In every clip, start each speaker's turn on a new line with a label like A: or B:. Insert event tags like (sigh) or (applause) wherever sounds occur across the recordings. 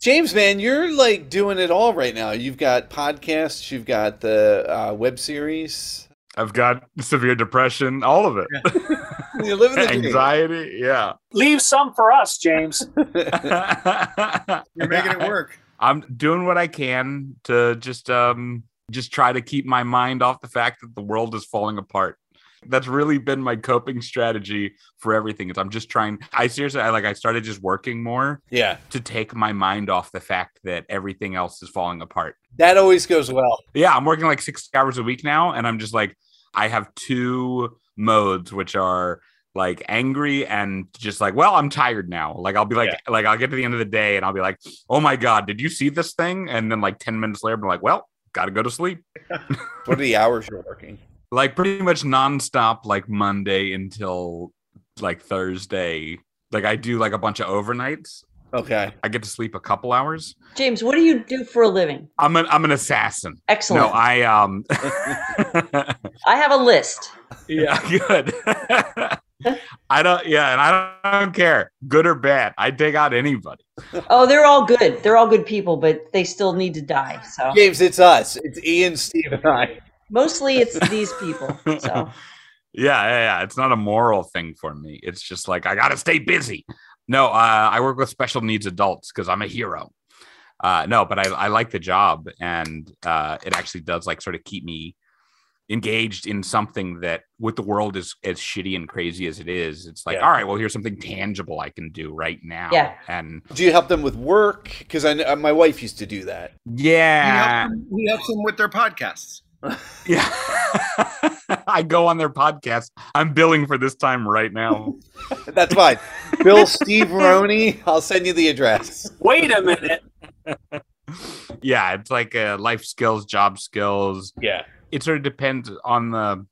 A: James, man, you're like doing it all right now. You've got podcasts, you've got the uh, web series.
B: I've got severe depression, all of it.
A: You're living
B: (laughs)
A: the dream.
B: Anxiety, yeah.
C: Leave some for us, James.
D: You're making it work.
B: I'm doing what I can to just um just try to keep my mind off the fact that the world is falling apart. That's really been my coping strategy for everything. Is I'm just trying. I seriously, I like. I started just working more
A: Yeah,
B: to take my mind off the fact that everything else is falling apart.
A: that always goes well.
B: Yeah, I'm working like six hours a week now, and I'm just like, I have two modes, which are like angry and just like, well, I'm tired now. Like I'll be like, like I'll get to the end of the day, and I'll be like, oh my god, did you see this thing? And then like ten minutes later, I'm like, well, gotta go to sleep.
A: What are the hours you're working?
B: Like pretty much nonstop, like Monday until like Thursday. Like I do like a bunch of overnights.
A: Okay.
B: I get to sleep a couple hours.
E: James, what do you do for a living?
B: I'm an I'm an assassin.
E: Excellent.
B: No, I um
E: I have a list.
B: Yeah, (laughs) good. I don't. Yeah, and I don't care, good or bad. I dig out anybody.
E: Oh, they're all good. They're all good people, but they still need to die. So
A: James, it's us. It's Ian, Steve, and I.
E: mostly it's these
B: (laughs)
E: people. So
B: Yeah, yeah, yeah. It's not a moral thing for me. It's just like I gotta stay busy. No, uh, I work with special needs adults because I'm a hero. Uh, no, but I, I like the job, and uh, it actually does like sort of keep me engaged in something that, with the world as as shitty and crazy as it is, it's like,
A: Yeah.
B: all right, well, here's something tangible I can do right now.
E: Yeah.
B: and
A: Do you help them with work? Because I know, my wife used to do that.
D: He
B: yeah,
D: helps them, he helps them with their podcasts.
B: Yeah. (laughs) I go on their podcast. I'm billing for this time right now.
A: That's fine. Bill, Steve, Roney. I'll send you the address.
C: Wait a minute.
B: yeah, it's like uh, life skills, job skills.
A: Yeah.
B: It sort of depends on the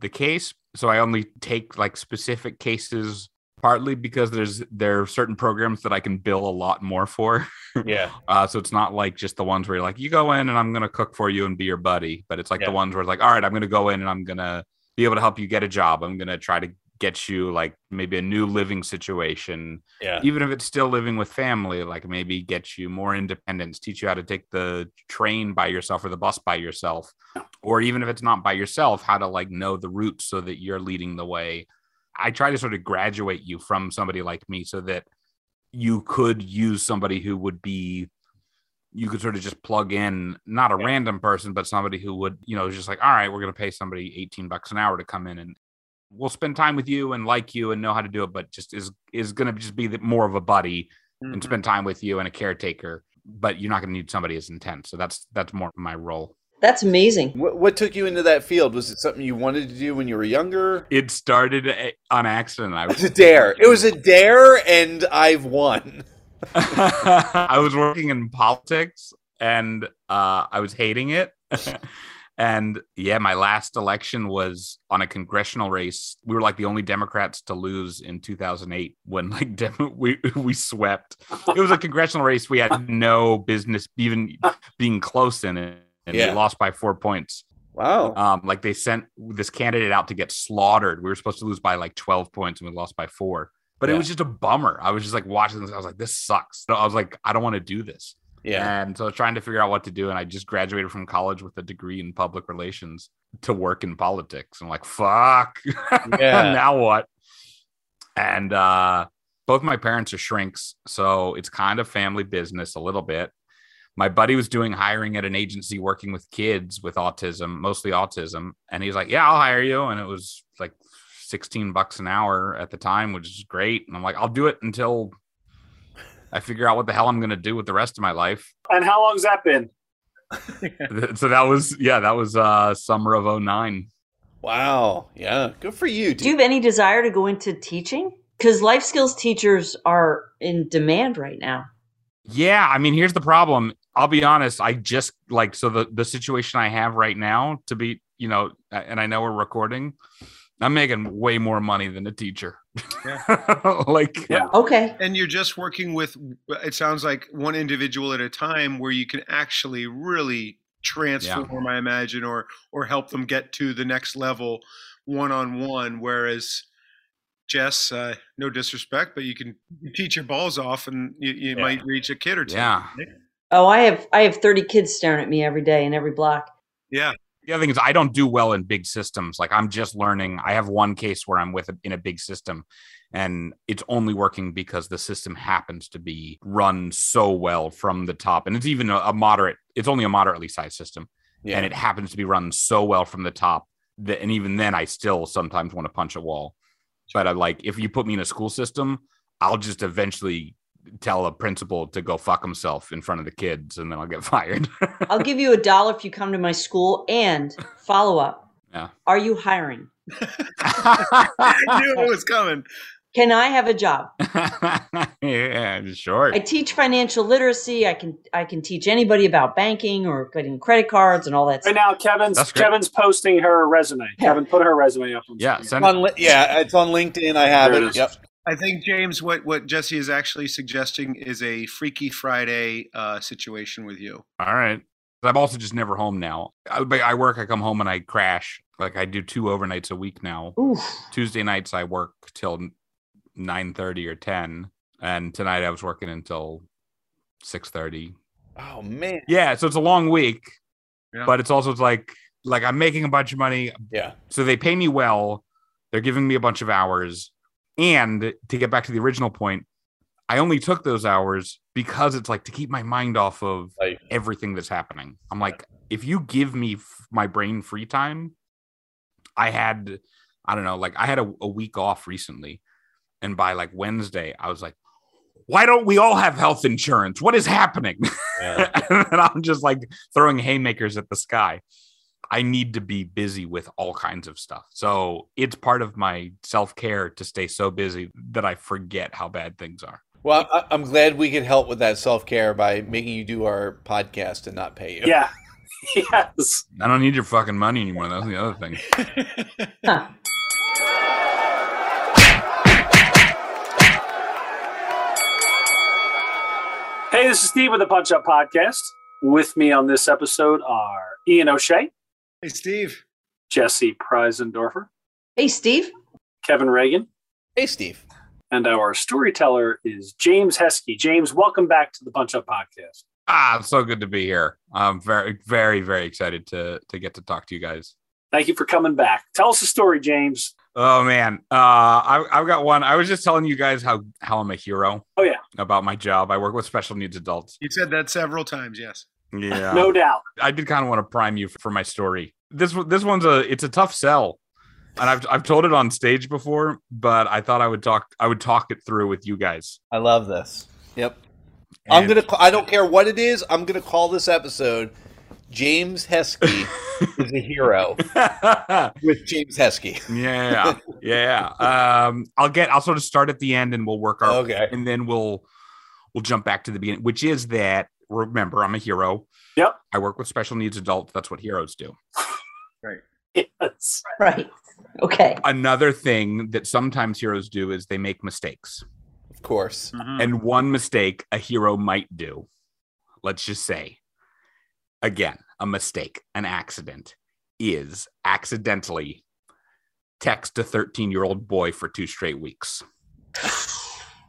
B: the case. So I only take like specific cases partly because there's there are certain programs that I can bill a lot more for.
A: Yeah.
B: Uh, so it's not like just the ones where you're like, you go in and I'm gonna cook for you and be your buddy. But it's like
A: Yeah.
B: the ones where it's like, all right, I'm gonna go in and I'm gonna be able to help you get a job. I'm gonna try to get you like maybe a new living situation,
A: Yeah.
B: even if it's still living with family. Like maybe get you more independence, teach you how to take the train by yourself or the bus by yourself, or even if it's not by yourself, how to like know the route so that you're leading the way. I try to sort of graduate you from somebody like me so that you could use somebody who would be you could sort of just plug in not a random person but somebody who would you know is just like all right we're going to pay somebody 18 bucks an hour to come in and we'll spend time with you and like you and know how to do it but just is is going to just be the, more of a buddy
A: Mm-hmm.
B: and spend time with you and a caretaker but you're not going to need somebody as intense so that's that's more my role
E: that's amazing.
A: What, what took you into that field? Was it something you wanted to do when you were younger?
B: it started a- on accident i
A: It was a (laughs) dare. It was a dare, and I've won.
B: (laughs) I was working in politics and uh, I was hating it. (laughs) and yeah, my last election was on a congressional race. We were like the only Democrats to lose in 2008 when like (laughs) Dem- we we swept. It was a congressional race. We had no business even being close in it. And
A: Yeah.
B: we lost by four points.
A: Wow.
E: Uh,
B: Um, like they sent this candidate out to get slaughtered. We were supposed to lose by like 12 points and we lost by four. But
A: Yeah.
B: it was just a bummer. I was just like watching this. I was like, this sucks. So I was like, I don't want to do this.
A: yeah.
B: And so I was trying to figure out what to do. And I just graduated from college with a degree in public relations to work in politics. I'm like, fuck.
E: (laughs)
A: Yeah.
B: (laughs) now what? And uh, both my parents are shrinks. So it's kind of family business a little bit. My buddy was doing hiring at an agency working with kids with autism, mostly autism. And he was like, yeah, I'll hire you. And it was like 16 bucks an hour at the time, which is great. And I'm like, I'll do it until I figure out what the hell I'm going to do with the rest of my life.
C: And how long's that been?
B: Th- (laughs) so that was yeah that was uh summer of 09
A: Wow. Yeah. Good for you,
E: Do you
A: dude.
E: have any desire to go into teaching? Because life skills teachers are in demand right now.
B: yeah i mean here's the problem i'll be honest i just like so the the situation i have right now to be you know a- and i know we're recording i'm making way more money than a teacher (laughs) like
C: Yeah.
E: Okay.
D: And you're just working with, uh, it sounds like one individual at a time where you can actually really transform, I imagine, or, or help them get to the next level one on one. Whereas Jess, uh, no disrespect, but you can you teach your balls off, and you, you
C: Yeah.
D: might reach a kid or two.
B: Yeah.
E: Oh, I have I have 30 kids staring at me every day in every block.
B: The other thing is, I don't do well in big systems. Like I'm just learning. I have one case where I'm with a, in a big system, and it's only working because the system happens to be run so well from the top, and it's even a, a moderate. It's only a moderately sized system,
A: Yeah.
B: and it happens to be run so well from the top that, and even then, I still sometimes want to punch a wall. But I like if you put me in a school system, I'll just eventually tell a principal to go fuck himself in front of the kids, and then I'll get (laughs) fired.
E: I'll give you a dollar if you come to my school and follow up.
B: Yeah.
E: Are you hiring?
D: (laughs) I knew it was coming.
E: Can I have a job?
B: yeah, sure.
E: I teach financial literacy. I can I can teach anybody about banking or getting credit cards and all that stuff.
C: Right now, Kevin's
B: That's great.
C: Kevin's posting her resume. Kevin, put her resume up. On
B: yeah,
C: screen.
A: It's
B: send
A: on Li- yeah, it's on LinkedIn. I have
C: There
A: it.
C: it is.
A: Yep.
D: I think James, what what Jesse is actually suggesting is a Freaky Friday uh, situation with you.
B: all right. I'm also just never home now. I, but I work, I come home and I crash. Like I do two overnights a week now.
E: Oof.
B: Tuesday nights I work till nine thirty or ten, and tonight I was working until six thirty.
A: Oh man.
B: Yeah, so it's a long week,
D: Yeah.
B: but it's also it's like like I'm making a bunch of money,
A: Yeah.
B: so they pay me well they're giving me a bunch of hours and to get back to the original point i only took those hours because it's like to keep my mind off of
A: Like
B: everything that's happening i'm like if you give me f- my brain free time i had i don't know like i had a, a week off recently and by like wednesday i was like why don't we all have health insurance what is happening
A: yeah.
B: (laughs) and I'm just like throwing haymakers at the sky. I need to be busy with all kinds of stuff. So it's part of my self care to stay so busy that I forget how bad things are.
A: Well, I, I'm glad we could help with that self care by making you do our podcast and not pay you.
C: Yeah. (laughs) yes.
B: I don't need your fucking money anymore. That's the other thing.
C: (laughs)
E: Huh.
C: Hey, this is Steve with the Punch Up Podcast. With me on this episode are Ian O'Shea,
D: Hey, Steve.
C: Jesse Preisendorfer,
E: Hey Steve.
C: Kevin Reagan,
A: Hey, Steve.
C: and our storyteller is James Heskey. James, welcome back to the Punch Up Podcast.
B: Ah, it's so good to be here. I'm very, very, very excited to to get to talk to you guys.
C: Thank you for coming back. Tell us a story, James.
B: Oh man, uh, I, I've got one. I was just telling you guys how how I'm a hero.
C: Oh, yeah.
B: about my job. I work with special needs adults.
D: You said that several times. Yes.
B: (laughs) Yeah,
C: No doubt. (laughs)
B: I did kind of want to prime you for my story. This one- this one's a it's a tough sell, and I've I've told it on stage before, but I thought I would talk I would talk it through with you guys.
A: I love this. Yep. I'm
B: And-
A: gonna. ca- I don't care what it is. I'm gonna call this episode "James Heskey is a hero" with James Heskey.
B: yeah, yeah. Um, I'll get I'll sort of start at the end, and we'll work our
A: Okay.
B: and then we'll we'll jump back to the beginning, which is that remember I'm a hero.
C: Yep.
B: I work with special needs adults. That's what heroes do.
C: Yes.
E: Right. Okay.
B: Another thing that sometimes heroes do is they make mistakes.
A: Of course.
C: Hmm.
B: and one mistake a hero might do. Let's just say, again, a mistake, an accident is accidentally text a 13 year old boy for two straight weeks.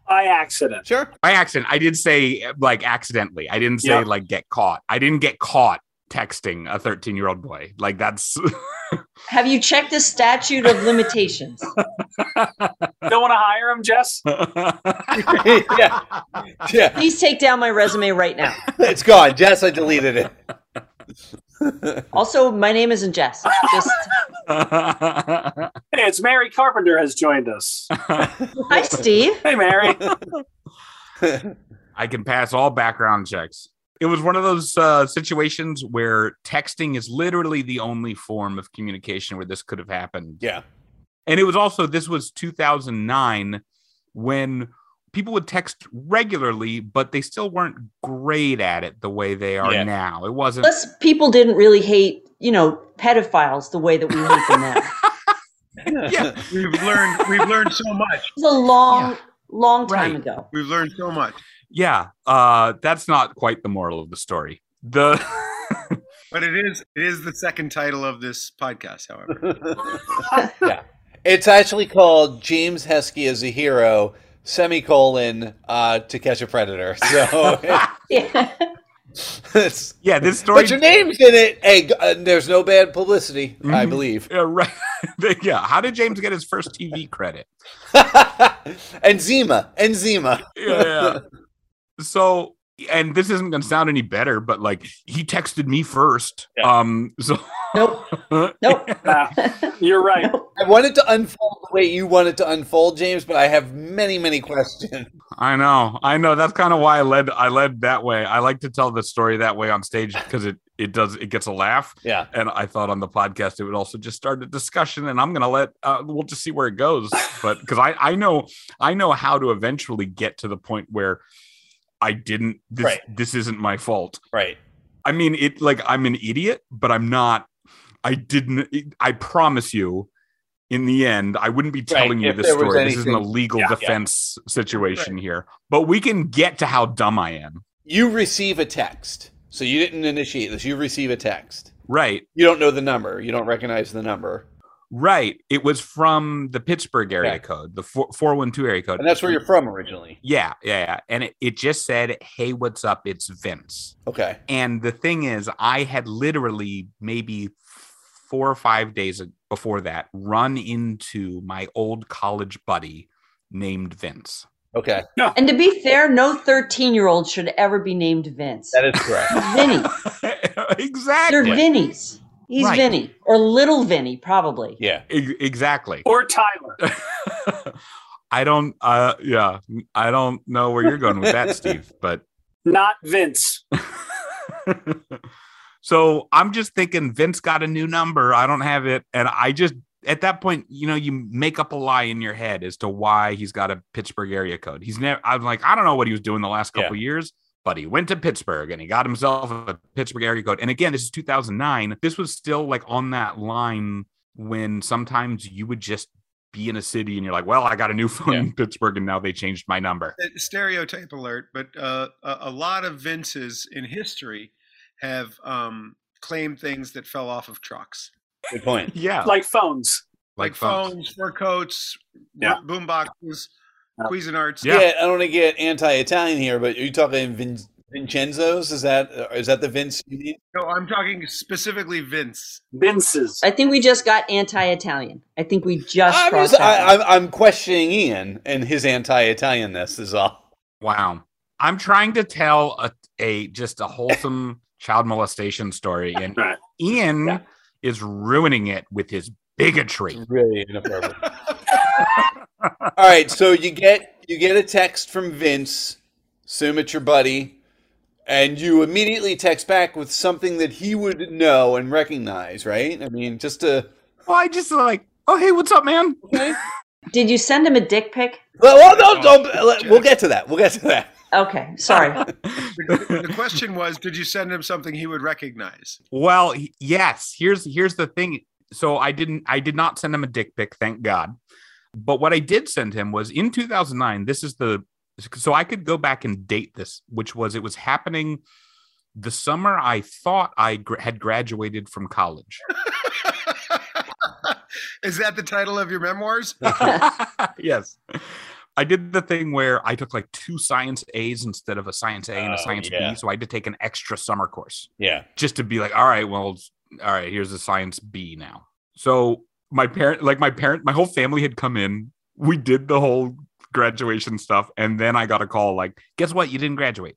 C: By accident.
A: Sure.
B: By accident, I did say like accidentally. I didn't say
C: Yeah.
B: like get caught. I didn't get caught texting a 13 year old boy. Like that's (laughs)
E: Have you checked the statute of limitations?
C: Don't want to hire
B: (laughs)
C: him, Jess?
A: (laughs) yeah. Yeah.
E: Please take down my resume right now.
A: It's gone. Jess, I deleted (laughs) it.
E: Also, my name isn't Jess. Just
C: Hey, it's Mary Carpenter has joined us.
E: hi, Steve.
B: (laughs)
C: Hey, Mary.
B: I can pass all background checks. It was one of those uh, situations where texting is literally the only form of communication where this could have happened.
A: yeah.
B: And it was also, this was 2009 when people would text regularly, but they still weren't great at it the way they are
A: Yeah.
B: now. It wasn't.
E: Plus, people didn't really hate, you know, pedophiles the way that we hate them now. It
B: Yeah.
D: We've learned. We've learned so much.
E: was a long, long time
B: Right.
E: ago.
D: We've learned so much.
B: yeah. Uh, that's not quite the moral of the story. The. (laughs)
D: But it is. It is the second title of this podcast. However,
A: yeah. It's actually called James Heskey is a hero semicolon uh, to catch a predator. So (laughs)
E: Yeah.
A: it's,
B: yeah, this story.
A: but your name's in it. Hey, g- uh, there's no bad publicity, I
B: Mhm.
A: believe. (laughs)
B: Yeah, (laughs) right. yeah. How did James get his first TV credit?
A: and Zima, and Zima.
B: Yeah, yeah. so, and this isn't going to sound any better, but like he texted me first. Um. So.
E: Nope. Nope.
C: Nah, Uh, you're right.
A: I wanted to unfold the way you wanted to unfold, James, but I have many, many questions.
B: (laughs) I know, I know. That's kind of why I led. I led that way. I like to tell the story that way on stage because it it does it gets a laugh.
A: Yeah.
B: And I thought on the podcast it would also just start a discussion, and I'm gonna let uh, we'll just see where it goes. But because I I know I know how to eventually get to the point where I didn't this
A: Right.
B: this isn't my fault.
A: Right.
B: I mean it like I'm an idiot, but I'm not. I didn't. it- I promise you. In the end, I wouldn't be telling you
A: if
B: this
A: there was
B: story. This isn't a
A: anything-
B: legal
A: Yeah, yeah.
B: defense situation here, but we can get to how dumb I am.
A: You receive a text. So you didn't initiate this. You receive a text.
B: Right,
A: You don't know the number. You don't recognize the number.
B: right. It was from the Pittsburgh area
A: Yeah.
B: code, the four one two area code.
A: And that's where you're from originally.
B: Yeah, yeah, yeah. And it, it just said, "Hey, what's up? It's Vince."
A: Okay.
B: And the thing is, I had literally maybe four or five days before that run into my old college buddy named Vince.
A: Okay.
E: And to be fair, no 13 year old should ever be named Vince.
A: That is correct.
E: Vinny.
B: (laughs)
E: They're
B: exactly.
E: Vinnies. He's
B: Right.
E: Vinny. Or little Vinny, probably.
A: yeah.
B: E- exactly. (laughs)
C: Or Tyler.
B: I don't. Uh, yeah, I don't know where you're going with that, Steve. But
C: Not Vince.
B: (laughs) so I'm just thinking Vince got a new number. I don't have it. And I just, at that point, you know, you make up a lie in your head as to why he's got a Pittsburgh area code. He's never, I'm like, I don't know what he was doing the last couple years, but he went to Pittsburgh and he got himself a Pittsburgh area code. And again, this is 2009. This was still like on that line when sometimes you would just be in a city and you're like, well, I got a new phone
A: Yeah.
B: in Pittsburgh and now they changed my number.
D: Uh, stereotype alert, but uh, a, a lot of Vinces in history have um, claimed things that fell off of trucks,
A: Good point.
B: Yeah.
C: Like phones.
D: like,
B: phones.
D: phones, fur coats,
C: Yeah.
D: boomboxes,
C: Yeah.
D: Cuisinarts.
A: Yeah.
B: (laughs) Yeah.
A: I don't want to get anti-Italian here, but are you talking Vin- Vincenzo's? Is that is that the Vince you need?
D: No, I'm talking specifically Vince.
C: Vince's.
E: I think we just got anti Italian. I think we just
A: I'm,
E: crossed
A: just, I,
E: that.
A: I'm, I'm questioning Ian and his anti-Italianness is all.
B: Wow. I'm trying to tell a, a just a
C: (laughs)
B: wholesome child molestation story, and
C: Right.
B: Ian
C: Yeah.
B: is ruining it with his bigotry.
A: Really inappropriate. all right, so you get you get a text from Vince, assume it's your buddy, and you immediately text back with something that he would know and recognize, right? I mean, just to
B: Well, I just like, oh hey, what's up, man?
E: Did you send him a dick pic?
A: well, well, no, don't, let- we'll get to that. We'll get to that.
E: Okay, sorry.
D: The question was, did you send him something he would recognize?
B: (laughs)
D: (laughs)
B: well, he- yes. Here's here's the thing. So I didn't I did not send him a dick pic, thank God. But what I did send him was in 2009. This is the so I could go back and date this, which was it was happening the summer I thought I gra- had graduated from college.
D: Is that the title of your memoirs?
B: (laughs) yes. I did the thing where I took like two science A's instead of a science A and a
A: Oh,
B: science
A: yeah.
B: B. So I had to take an extra summer course
A: Yeah.
B: just to be like, all right, well, all right, here's a science B now. So my parent, like my parent, my whole family had come in. We did the whole graduation stuff. And then I got a call like, guess what? You didn't graduate.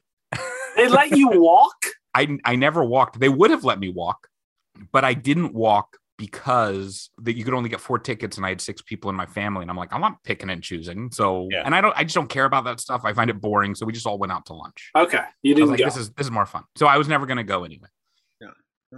C: They let you walk?
B: I I never walked. They would have let me walk, but I didn't walk because that you could only get four tickets and I had six people in my family and I'm like I'm not picking and choosing. So
A: Yeah.
B: and I don't I just don't care about that stuff. I find it boring. So we just all went out to lunch.
C: Okay. You
B: I was
C: didn't
B: like
C: go.
B: this is this is more fun. So I was never going to go anyway.
D: All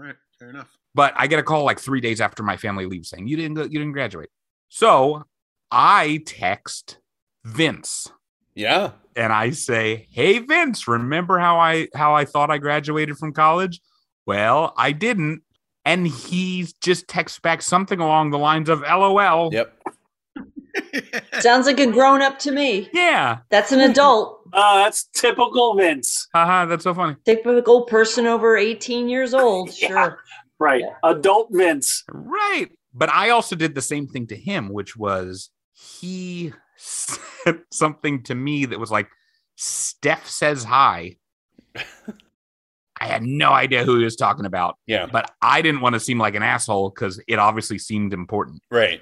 D: right, fair enough. (laughs)
B: But I get a call like 3 days after my family leaves saying you didn't go, you didn't graduate. So I text Vince
A: Yeah.
B: and I say, "Hey Vince, remember how I how I thought I graduated from college? Well, I didn't." And he just texts back something along the lines of "LOL."
A: Yep.
E: Sounds like a grown up to me.
B: Yeah.
E: That's an adult.
C: Uh, that's typical Vince.
B: Haha, that's so funny.
E: Typical person over 18 years old,
C: Yeah.
E: sure.
C: Right.
E: Yeah.
C: Adult Vince.
B: Right. But I also did the same thing to him, which was he said (laughs) something to me that was like, Steph says hi. I had no idea who he was talking about,
A: Yeah.
B: but I didn't want to seem like an asshole because it obviously seemed important.
A: Right.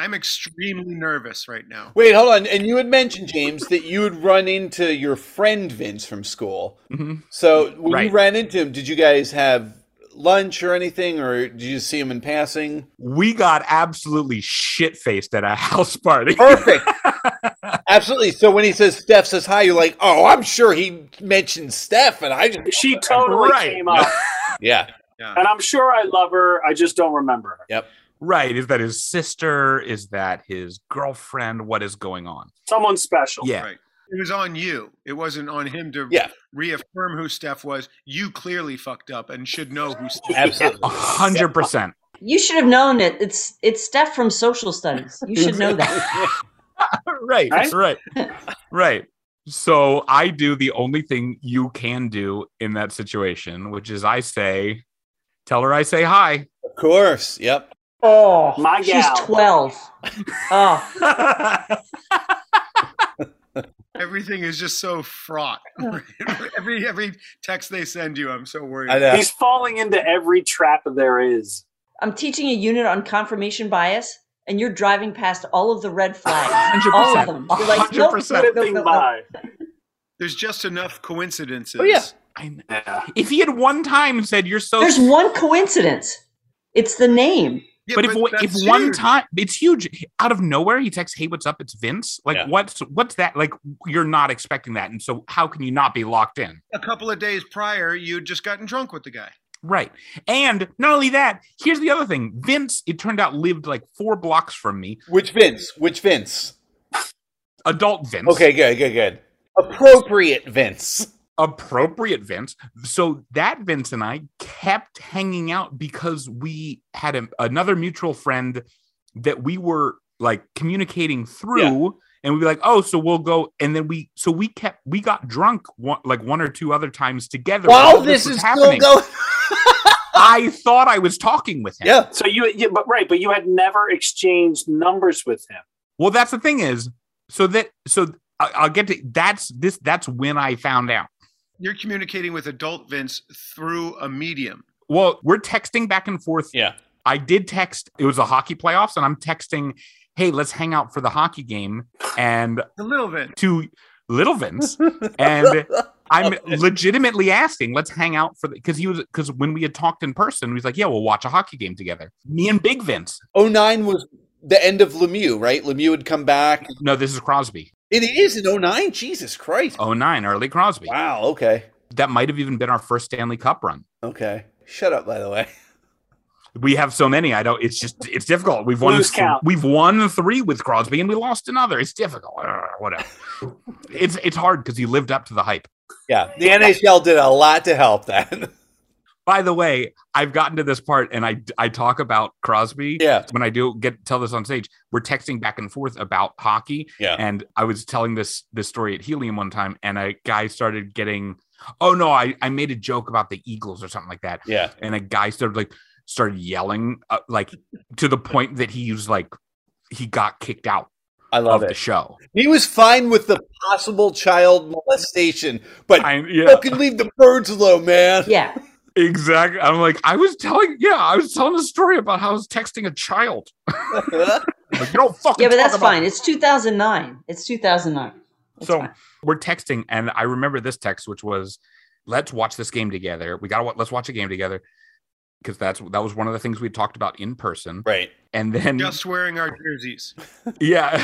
D: I'm extremely nervous right now.
A: Wait, hold on. And you had mentioned, James, that you had run into your friend Vince from school.
B: Mhm.
A: So when
B: Right.
A: you ran into him, did you guys have lunch or anything, or did you just see him in passing?
B: We got absolutely shit faced at a (laughs) house party.
A: Oh. (laughs) Perfect. Absolutely. So when he says Steph says hi, you're like, oh, I'm sure he mentioned Steph, and I just
C: She totally
B: Right.
C: came up,
A: yeah,
D: Yeah.
C: and I'm sure I love her. I just don't remember her.
B: right. Is that his sister? Is that his girlfriend? What is going on?
C: Someone special.
B: Yeah.
D: Right. It was on you. It wasn't on him to
A: Yeah.
D: reaffirm who Steph was. You clearly fucked up and should know who
A: (laughs)
D: Steph
A: absolutely.
B: A hundred percent.
E: You should have known it. It's it's Steph from social studies. You should know that.
B: right,
C: Right?
B: right, right. So I do the only thing you can do in that situation, which is I say, tell her I say hi. (laughs)
A: Of course. Yep.
E: Oh,
C: My
E: she's
C: gal.
E: twelve. Oh,
D: Everything is just so fraught. (laughs) every every text they send you, I'm so worried.
A: I know.
C: He's falling into every trap there is.
E: I'm teaching a unit on confirmation bias, and you're driving past all of the
B: (laughs)
E: red flags. All of
B: 100%.
E: them. You're like, nope,
B: 100%.
E: nope, nope,
C: Flipping
E: nope, nope.
C: by.
D: There's just enough coincidences.
A: Oh, yeah.
B: I'm-
C: Yeah.
B: if he had one time said you're so,
E: There's one coincidence. It's the name.
D: Yeah,
B: but if if
D: that's
B: one
D: huge.
B: time it's huge out of nowhere, he texts, "Hey, what's up? It's Vince." Like,
A: Yeah.
B: what's what's that? Like, you're not expecting that, and so how can you not be locked in?
D: a couple of days prior, you'd just gotten drunk with the guy.
B: Right. And not only that, here's the other thing. Vince, it turned out, lived like four blocks from me.
A: Which Vince? Which Vince?
B: Adult Vince.
A: Okay, good, good, good. Appropriate Vince.
B: appropriate Vince. So that Vince and I kept hanging out because we had a, another mutual friend that we were like communicating through. And we'd be like, oh, so we'll go. And then we, so we kept, we got drunk one, like one or two other times together.
A: While
B: while
A: this
B: was
A: is still going,
B: I thought I was talking with him.
A: yeah,
C: So you, yeah, but right, but you had never exchanged numbers with him.
B: Well, that's the thing is, so that, so I, I'll get to, that's this, that's when I found out.
D: You're communicating with adult Vince through a medium.
B: Well, we're texting back and forth
A: yeah.
B: I did text. It was the hockey playoffs, and I'm texting, "Hey, let's hang out for the hockey game." And
D: The little Vince.
B: to
A: (laughs)
B: Little Vince, and I'm legitimately asking, "Let's hang out for the," because he was because when we had talked in person, he was like, "Yeah, we'll watch a hockey game together." Me and Big Vince.
A: 09 was the end of Lemieux, right? Lemieux had come back.
B: No, this is Crosby.
A: It is in 09? Jesus Christ.
B: 09, early Crosby.
A: Wow, okay.
B: That might have even been our first Stanley Cup run.
A: Okay. Shut up, by the way. (laughs)
B: We have so many. I don't. It's just. It's difficult. We've won.
C: Lose count.
B: We've won three with Crosby, and we lost another. It's difficult. Ugh, Whatever. it's it's hard because he lived up to the hype.
A: Yeah, the NHL did a lot to help that. (laughs)
B: By the way, I've gotten to this part and I I talk about Crosby.
A: yeah.
B: When I do get tell this on stage, we're texting back and forth about hockey.
A: Yeah.
B: And I was telling this this story at Helium one time, and a guy started getting, oh no, I, I made a joke about the Eagles or something like that.
A: Yeah.
B: And a guy started like started yelling uh, like to the point that he was like he got kicked out
A: I love
B: of the
A: it.
B: show.
E: (laughs)
A: He was fine with the possible child molestation, but
B: I, yeah.
A: fucking leave the birds alone, man.
B: (laughs)
E: (laughs) Yeah.
B: Exactly. I'm like, I was telling, yeah, I was telling a story about how I was texting a child. Like, you don't
E: (laughs)
B: fucking
E: Yeah, but
B: talk
E: that's
B: about-
E: fine. It's 2009. It's 2009. It's
B: so
E: fine.
B: we're texting, and I remember this text, which was, "Let's watch this game together. We got to let's watch a game together," because that's that was one of the things we talked about in person.
A: right.
B: And then,
D: Just wearing our jerseys.
B: yeah,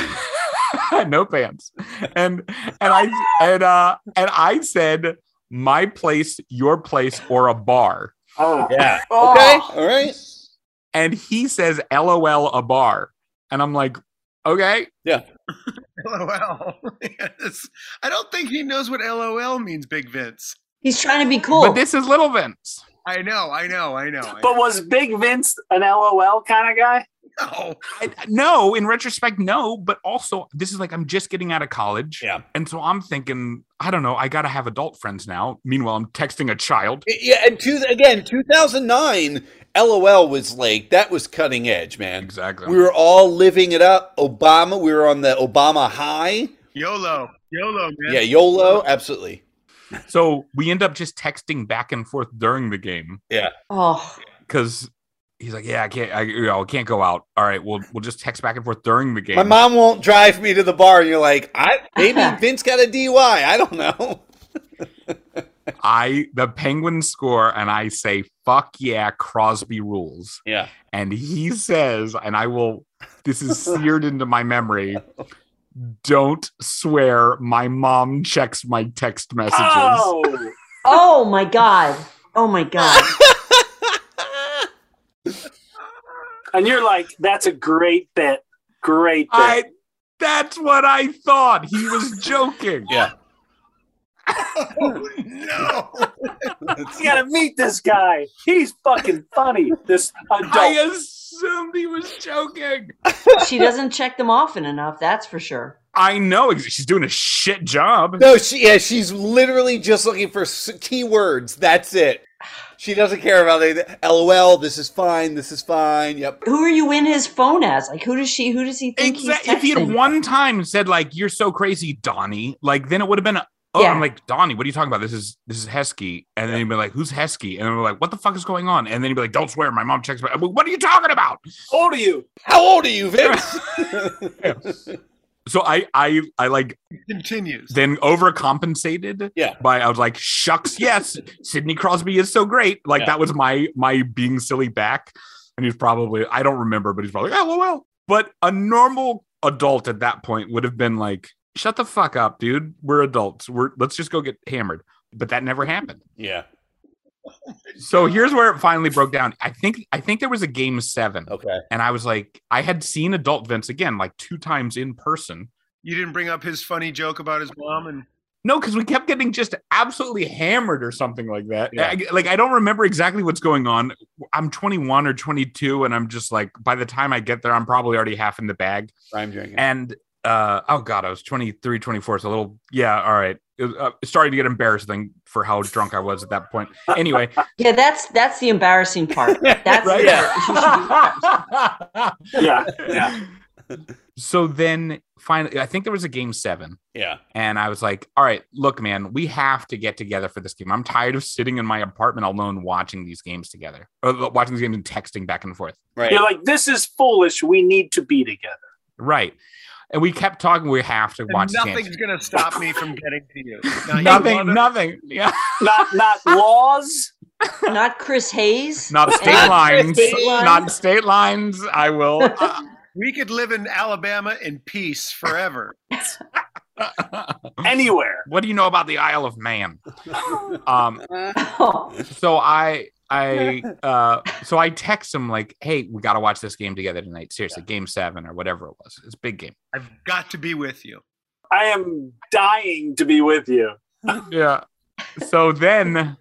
B: (laughs) no pants, and and I and uh and I said, "My place, your place, or a bar,"
C: Oh,
A: Yeah. (laughs) Okay.
E: Oh.
A: All right.
B: and he says, "LOL, a bar," and I'm like, "Okay."
D: (laughs) LOL. Yes. I don't think he knows what LOL means, Big Vince.
E: He's trying to be cool.
B: But this is Little Vince.
D: I know, I know, I know. I know.
C: but was Big Vince an LOL kind of guy?
D: No.
B: I, no, in retrospect, no. But also, this is like I'm just getting out of college.
A: Yeah.
B: And so I'm thinking, I don't know, I got to have adult friends now. Meanwhile, I'm texting a child.
A: Yeah, and two, again, 2009, LOL was like, that was cutting edge, man.
B: Exactly.
A: We were all living it up. Obama, we were on the Obama high.
D: YOLO. YOLO, man.
A: Yeah, YOLO, absolutely.
B: so we end up just texting back and forth during the game
E: Oh,
B: because he's like, "Yeah, I can't, I, you know, I can't go out. All right, we'll we'll just text back and forth during the game."
A: My mom won't drive me to the bar, and you're like, I maybe Vince got a DUI. I don't know.
B: I the Penguins score, and I say, "Fuck yeah, Crosby rules."
A: Yeah.
B: and he says, and I will, this is seared into my memory. Don't swear. My mom checks my text messages.
C: Oh,
E: oh my god, oh my god. (laughs)
C: and you're like, that's a great bit. Great bit.
B: I. That's what I thought. He was joking.
A: Yeah.
D: Oh, no.
C: you gotta meet this guy. He's fucking funny. This adult.
B: I assumed he was joking.
E: she doesn't check them often enough, that's for sure.
B: I know ex- she's doing a shit job.
A: No, she yeah, she's literally just looking for s- keywords. That's it. She doesn't care about anything. LOL. This is fine. This is fine. Yep.
E: Who are you in his phone as? Like, who does she? Who does he think
B: Exactly.
E: he's texting?
B: If he had one time said like "You're so crazy, Donnie," like then it would have been, a, "Oh,
E: Yeah.
B: I'm like Donnie. What are you talking about? This is this is Heskey." And then he'd be like, "Who's Heskey?" And then we're like, "What the fuck is going on?" And then he'd be like, "Don't swear. My mom checks." My, I'm like, what are you talking about?
C: How old are you?
A: How old are you,
C: (laughs)
A: Vince?
B: So I I I like
D: Continues.
B: then overcompensated.
A: Yeah.
B: By I was like, "Shucks, yes, Sidney Crosby is so great." Like
A: Yeah.
B: that was my my being silly back. And he's probably I don't remember, but he's probably like, "LOL." But a normal adult at that point would have been like, "Shut the fuck up, dude. We're adults. We're let's just go get hammered." But that never happened.
A: yeah.
B: So here's where it finally broke down. I think I think there was a game seven,
A: Okay.
B: and I was like, I had seen adult Vince again like two times in person.
D: You didn't bring up his funny joke about his mom and
B: No, because we kept getting just absolutely hammered or something like that.
A: Yeah.
B: I- like I don't remember exactly what's going on. I'm 21 or 22, and I'm just like, by the time I get there, I'm probably already half in the bag.
A: Prime drinking.
B: And uh, oh god, I was 23, 24. It's a little yeah. All right, it was, uh, starting to get embarrassing for how drunk I was at that point. Anyway,
E: yeah, that's that's the embarrassing part.
B: (laughs)
E: That's
B: Right?
E: the part. She should be-
C: Yeah, yeah.
B: so then finally, I think there was a game seven.
A: yeah.
B: And I was like, all right, look, man, we have to get together for this game. I'm tired of sitting in my apartment alone watching these games together, or lo- watching these games and texting back and forth.
A: Right.
C: You're like, this is foolish. We need to be together.
B: Right. And we kept talking, we have to watch these games.
D: nothing's going to stop me from getting to you. Now, uh, you
B: Nothing,
D: mother-
B: nothing. Yeah.
A: (laughs)
C: Not not
B: (laughs)
C: laws.
E: Not Chris Hayes.
B: Not state
E: Not
B: lines.
A: state lines.
B: Not state lines. I
A: (laughs)
B: will. (laughs)
D: We could live in Alabama in peace forever.
C: Anywhere.
B: what do you know about the Isle of Man? Um,
E: (laughs) Oh,
B: so I I uh so I text him like, hey, we gotta watch this game together tonight. Seriously, game seven or whatever it was. It's a big game.
D: I've got to be with you.
C: I am dying to be with you.
B: Yeah. So then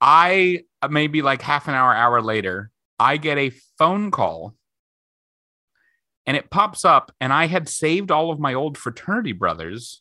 B: I uh, maybe like half an hour, hour later, I get a phone call and it pops up, and I had saved all of my old fraternity brothers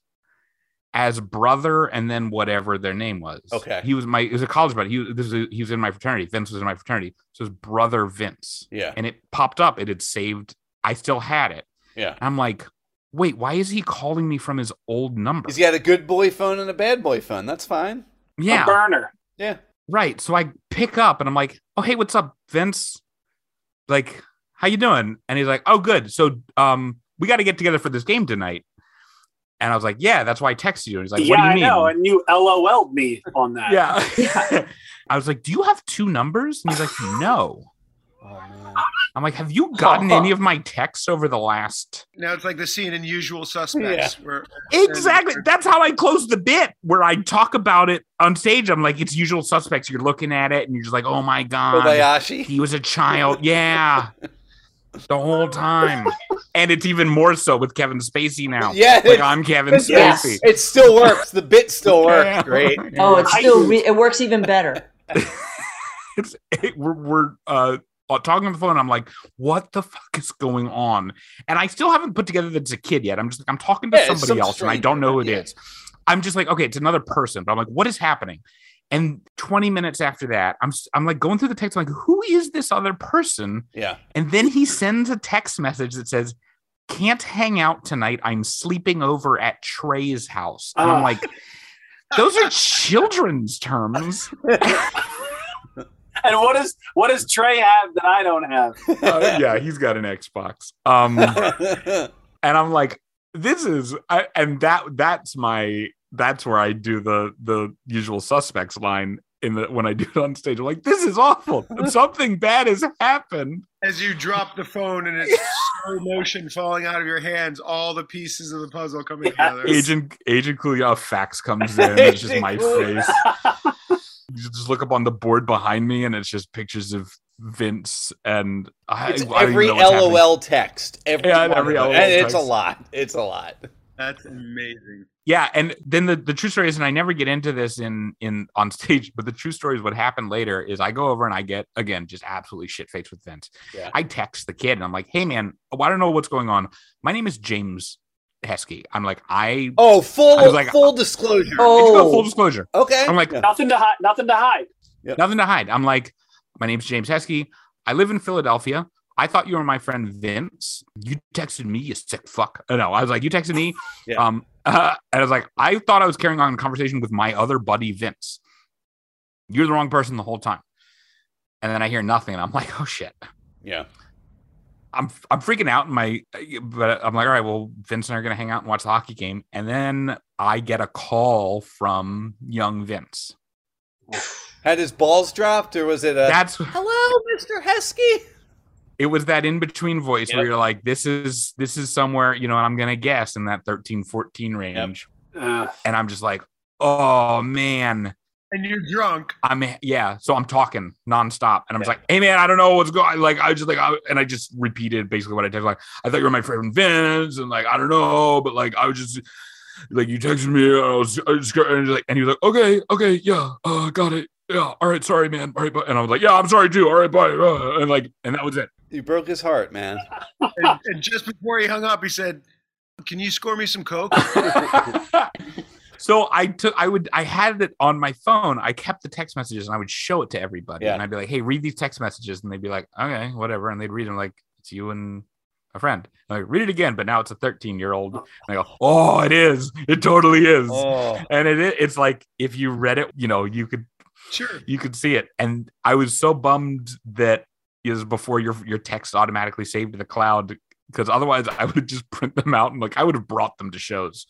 B: as brother and then whatever their name was.
A: Okay.
B: He was my he was a college buddy. He was this was- he was in my fraternity. Vince was in my fraternity. So his brother Vince.
A: Yeah.
B: and it popped up. It had saved. I still had it.
A: Yeah.
B: I'm like, wait, why is he calling me from his old number?
A: He's got a good boy phone and a bad boy phone. That's fine.
C: A
B: yeah,
C: burner.
A: Yeah.
B: right. So I pick up and I'm like, oh hey, what's up, Vince? Like, how you doing? And he's like, oh good. So um, we got to get together for this game tonight. And I was like, yeah, that's why I texted you. And he's like,
C: yeah,
B: what do you
C: I
B: mean?
C: know. And you LOL'd me on that. (laughs)
B: yeah. (laughs) I was like, do you have two numbers? And he's like, no.
A: Oh man.
B: I'm like, have you gotten any of my texts over the
C: (laughs)
B: last
D: Now it's like the scene in Usual Suspects where
B: Exactly. That's how I close the bit where I talk about it on stage. I'm like, it's usual suspects. You're looking at it and you're just like, oh my God.
A: Kobayashi.
B: He was a child. Yeah. the whole time. And it's even more so with Kevin Spacey now.
A: Yeah.
B: Like, I'm Kevin
A: it's-
E: Yes.
B: Spacey.
A: It still works. The bit
B: (laughs)
A: still
B: Yeah.
A: works. Great.
E: oh, it's
C: I-
E: still re- it works even better.
B: It's- it- we're we're uh, uh, talking on the phone. I'm like, what the fuck is going on? And I still haven't put together that it's a kid yet. I'm just like, I'm talking to
A: Yeah, it's
B: somebody
A: some
B: else and I
A: stranger,
B: don't know who it
A: yeah.
B: is. I'm just like, okay, it's another person, but I'm like, what is happening? And 20 minutes after that, I'm s- I'm like going through the text, I'm like, who is this other person?
A: (laughs) Yeah.
B: And then he sends a text message that says, Can't hang out tonight. I'm sleeping over at Trey's house. And I'm
C: Ah.
B: like, those are children's terms.
C: And what is what does Trey have that I don't have?
B: (laughs) Uh, yeah, he's got an Xbox. (laughs) Um, and I'm like, this is I, and that that's my that's where I do the the usual suspects line in the when I do it on stage. I'm like, this is (laughs) awful. Something bad has happened.
D: As you drop the phone and
B: (laughs)
D: it's slow motion falling out of your hands, all the pieces of the puzzle coming
C: Yeah.
D: together.
B: Agent Agent Coolio, a fax comes in. It's just my
A: Agent
B: face. (laughs) You just look up on the board behind me, and it's just pictures of Vince and I,
A: It's
B: I don't even
A: every
B: know what's happening.
A: LOL text. Every
B: Yeah,
A: one
B: every
A: of them.
B: LOL
A: And it's a
B: text.
A: lot. It's a lot.
D: That's amazing.
B: Yeah, and then the, the true story is, and I never get into this in in on stage, but the true story is what happened later is I go over and I get again just absolutely shit faced with Vince.
A: Yeah.
B: I text the kid and I'm like, hey man, I don't know what's going on. My name is James Heskey. I'm like, I
A: Oh,
B: I
A: full
B: was like-
A: full disclosure.
B: It's about
E: Oh,
B: full disclosure.
A: Okay.
B: I'm like-
A: Yeah.
C: Nothing to hide. Nothing to hide.
B: Nothing to hide. I'm like, my name's James Heskey. I live in Philadelphia. I thought you were my friend Vince. You texted me, you sick fuck. Uh, No, I was like, you texted me.
A: Yeah.
B: Um, (laughs) uh, and I was like, I thought I was carrying on a conversation with my other buddy Vince. You're the wrong person the whole time. And then I hear nothing, and I'm like, oh shit.
A: yeah.
B: I'm I'm freaking out in my but I'm like, all right, well, Vince and I are gonna hang out and watch the hockey game. And then I get a call from young Vince.
A: Had his balls dropped or was it a
B: That's
A: Hello, Mr. Heskey?
B: it was that in between voice where
C: Yep.
B: you're like this is this is somewhere you know and i'm gonna guess in that 13 14 range
C: Uh,
B: and i'm just like oh man
D: And you're drunk.
B: i'm yeah so i'm talking nonstop and i'm just like hey man i don't know what's going like i just like I, and i just repeated basically what i did like i thought you were my friend vince and like i don't know but like i was just like you texted me and i was, I was just, and, he's like, and he was like okay okay yeah uh got it yeah all right sorry man all right bye. and i was like yeah i'm sorry too all right bye (laughs) uh," and like and that was it
A: You broke his heart, man.
D: And, and just before he hung up, he said, Can you score me some Coke?
B: so I took I would I had it on my phone. I kept the text messages and I would show it to everybody.
A: Yeah.
B: And I'd be like, hey, read these text messages. And they'd be like, okay, whatever. And they'd read them like, it's you and a friend. And I'd like, read it again, but now it's a 13 year old. And I go, Oh, it is. It totally is.
A: (laughs) Oh.
B: And it i- it's like if you read it, you know, you could
D: Sure.
B: you could see it. And I was so bummed that is before your your text automatically saved to the cloud. Because otherwise, I would just print them out and like I would have brought them to shows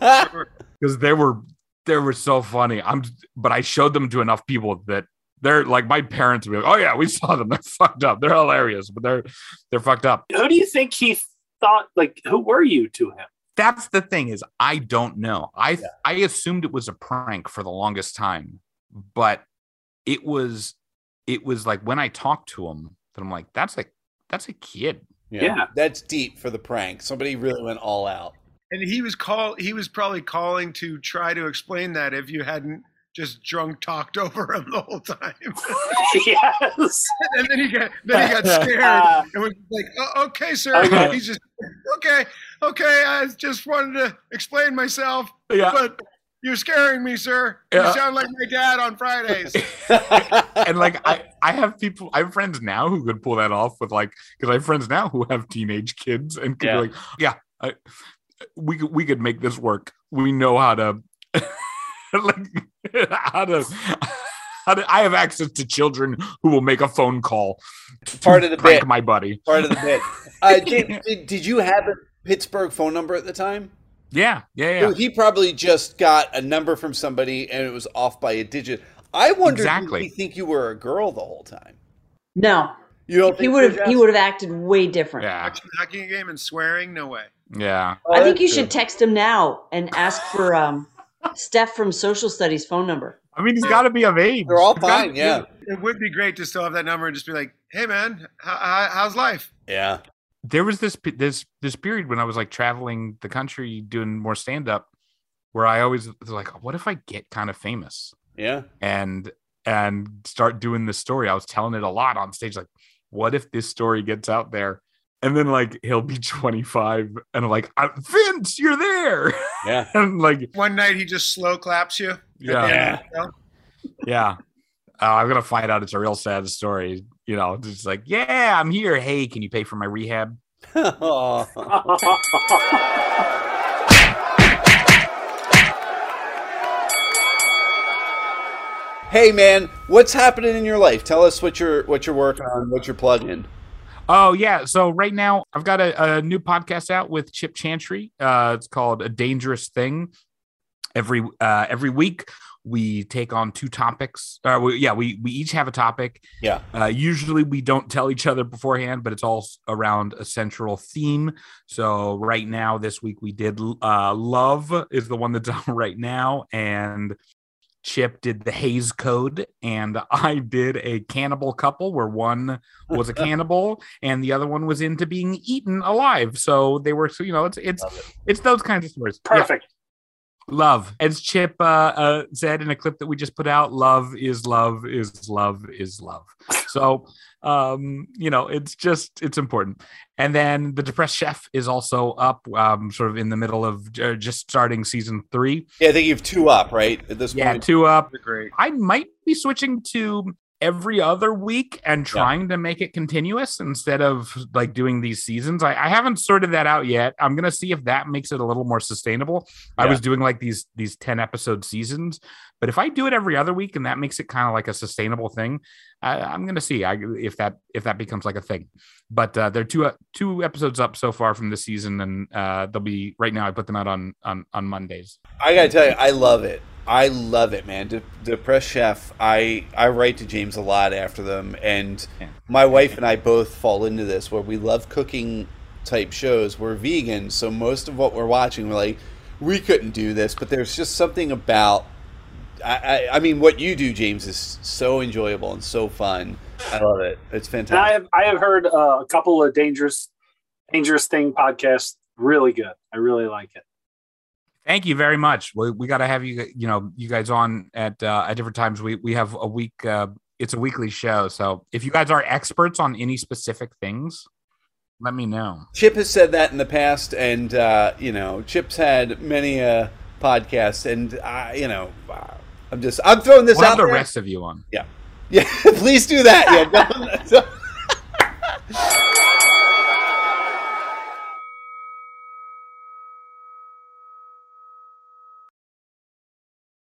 D: sure.
B: because they were they were so funny. I'm but I showed them to enough people that they're like my parents would be like, oh yeah, we (laughs) saw them. They're fucked up. They're hilarious, but they're they're fucked up.
C: (laughs) who do you think he thought? Like, who were you
B: (laughs)
C: to him? (laughs)
B: That's the thing is I don't know. I I assumed it was a prank for the longest time, but it was it was like when I talked to him that I'm like that's a that's a kid.
C: Yeah.
A: That's deep for the prank. Somebody really went all out. (laughs)
D: And he was call he was probably calling to try to explain that if you hadn't just drunk talked (laughs) over him the whole time. (laughs)
C: yes.
D: and then he got then he got scared
C: Uh,
D: and was like, oh, okay, sir.
C: Okay.
D: He's just okay, okay, I just wanted to explain myself,
B: Yeah.
D: but you're scaring me, sir.
B: Uh, Yeah.
D: You sound like my dad on Fridays.
B: and like I, I have people I have friends now who could pull that off with like because I have friends now who have teenage kids and could
A: Yeah.
B: be like, yeah, I, we could we could make this work. We know how to (laughs) like how to how to I have access to children who will make a phone call to
A: Part of the
B: prank
A: bit.
B: my buddy.
A: Part of the bit. Uh, did, did, did you have a Pittsburgh phone number at the time?
B: Yeah, yeah, yeah.
A: So he probably just got a number from somebody and it was off by a digit. I wonder if
B: Exactly.
A: you think you were a girl the whole time.
E: no.
A: You don't
E: He
A: think
E: would have
A: so,
E: he
A: Jess?
E: would have acted way different.
B: Yeah,
D: Watching a hockey game and swearing, no way.
B: yeah.
A: Oh,
E: I think
A: that's
E: you
A: true.
E: should text him now and ask for um, Steph from social studies phone number.
B: I mean, he's got to be of age.
A: They're all
B: He's gotta
A: fine.
B: be-
A: Yeah.
D: It would be great to still have that number and just be like, "Hey, man, how, how, how's life?"
A: Yeah.
B: there was this pe- this this period when I was like traveling the country doing more stand up where I always was like what if I get kind of famous
A: Yeah.
B: and and start doing this story I was telling it a lot on stage like what if this story gets out there? And then like he'll be (laughs) 25 and I'm like, "I- Vince, you're there. (laughs)
A: Yeah.
B: and like,
D: One night he just slow claps you.
B: yeah, yeah.
A: Yeah.
B: Uh, I'm gonna find out it's a real sad story. You know, just like, yeah, I'm here. Hey, can you pay for my rehab?
A: Aw. (laughs) Hey man, what's happening in your life? Tell us what you're what you're working on, what you're plugging.
B: Oh yeah. So right now I've got a, a new podcast out with Chip Chantry. Uh, it's called A Dangerous Thing. Every uh, every week we take on two topics. Uh, we, yeah, we we each have a topic.
A: Yeah.
B: Uh, usually we don't tell each other beforehand, but it's all s- around a central theme. So right now this week we did uh, love is the one that's (laughs) on right now, and Chip did the Hayes Code, and I did a cannibal couple where one
A: (laughs)
B: was a cannibal and the other one was into being eaten alive. So they were, so you know, it's it's
A: Love
B: it's those kinds of stories. Yeah,
C: (laughs) Perfect.
B: love, as Chip uh, uh, said in a clip that we just put out, love is love is love is love. So um, you know, it's just it's important. And then the Depressed Chef is also up, um, sort of in the middle of uh, just starting season three.
A: Yeah, I think you have two up, right? At this
B: Yeah,
A: point.
B: two up.
D: You're great.
B: I might be switching to every other week and trying to make it continuous instead of like doing these seasons. I, I haven't sorted that out yet. I'm gonna see if that makes it a little more sustainable. I
A: Yeah.
B: was doing like these these 10 episode seasons, but if I do it every other week and that makes it kind of like a sustainable thing, I, I'm gonna see I, if that if that becomes like a thing. But uh, there are two uh, two episodes up so far from this season, and uh, they'll be right now. I put them out on on on Mondays.
A: I gotta tell you, I love it. I love it, man. De- Depressed Chef. I I write to James a lot after them, and
B: Yeah.
A: my wife and I both fall into this where we love cooking type shows. We're vegan, so most of what we're watching, we're like, we couldn't do this. But there's just something about. I, I, I mean, what you do, James, is so enjoyable and so fun. I love it. It's
C: And I
A: fantastic.
C: have I have heard uh, a couple of dangerous dangerous thing podcasts. Really good. I really like it.
B: Thank you very much. We, we got to have you, you know, you guys on at uh, at different times. We we have a week. Uh, it's a weekly show, so if you guys are experts on any specific things, let me know.
A: Chip has said that in the past, and uh, you know, Chip's had many uh, podcasts, and I, you know, uh, I'm just I'm throwing this (laughs)
B: We'll
A: out
B: have the
A: there.
B: rest of you on.
A: Yeah, please do that. Yeah, don't- (laughs)